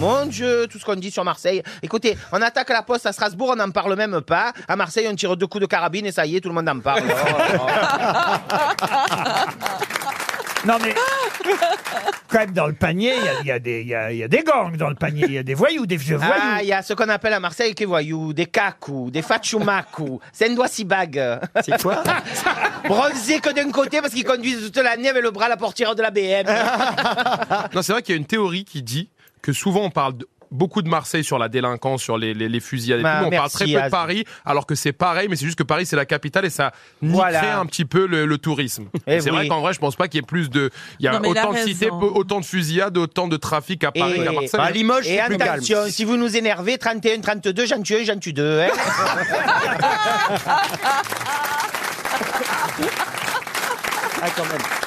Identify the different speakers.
Speaker 1: Mon Dieu, tout ce qu'on dit sur Marseille. Écoutez, on attaque la poste à Strasbourg, on n'en parle même pas. À Marseille, on tire deux coups de carabine et ça y est, tout le monde en parle.
Speaker 2: Non mais quand même dans le panier, il y a- il y, a des- il y a, il y a des gangs dans le panier, il y a des voyous, des vieux voyous.
Speaker 1: Ah, il y a ce qu'on appelle à Marseille des voyous, des cacous, des fachumaku, sendwasibag.
Speaker 3: C'est quoi
Speaker 1: Bronzés que d'un côté parce qu'ils conduisent toute l'année avec le bras à la portière de la BM.
Speaker 3: Ah,
Speaker 4: Non, c'est vrai qu'il y a une théorie qui dit que souvent on parle de- beaucoup de Marseille sur la délinquance, sur les, les, les fusillades et
Speaker 1: Bah,
Speaker 4: tout. mais On parle
Speaker 1: merci,
Speaker 4: très peu
Speaker 1: Az.
Speaker 4: de Paris, alors que c'est pareil, mais c'est juste que Paris, c'est la capitale et ça niquerait
Speaker 1: Voilà.
Speaker 4: un petit peu le, le tourisme.
Speaker 1: Eh
Speaker 4: Et c'est
Speaker 1: oui.
Speaker 4: vrai qu'en vrai, je pense pas qu'il y ait plus de. Il y a
Speaker 5: Non, mais il a
Speaker 4: autant de cités,
Speaker 5: raison.
Speaker 4: peu- autant de fusillades, autant de trafic à Paris
Speaker 1: Et- bah,
Speaker 4: et à Marseille.
Speaker 3: À Limoges,
Speaker 1: Et
Speaker 3: c'est plus calme.
Speaker 1: attention, si vous nous énervez, 31, 32, j'en tue un, j'en tue deux. hein.
Speaker 3: Ah, quand même.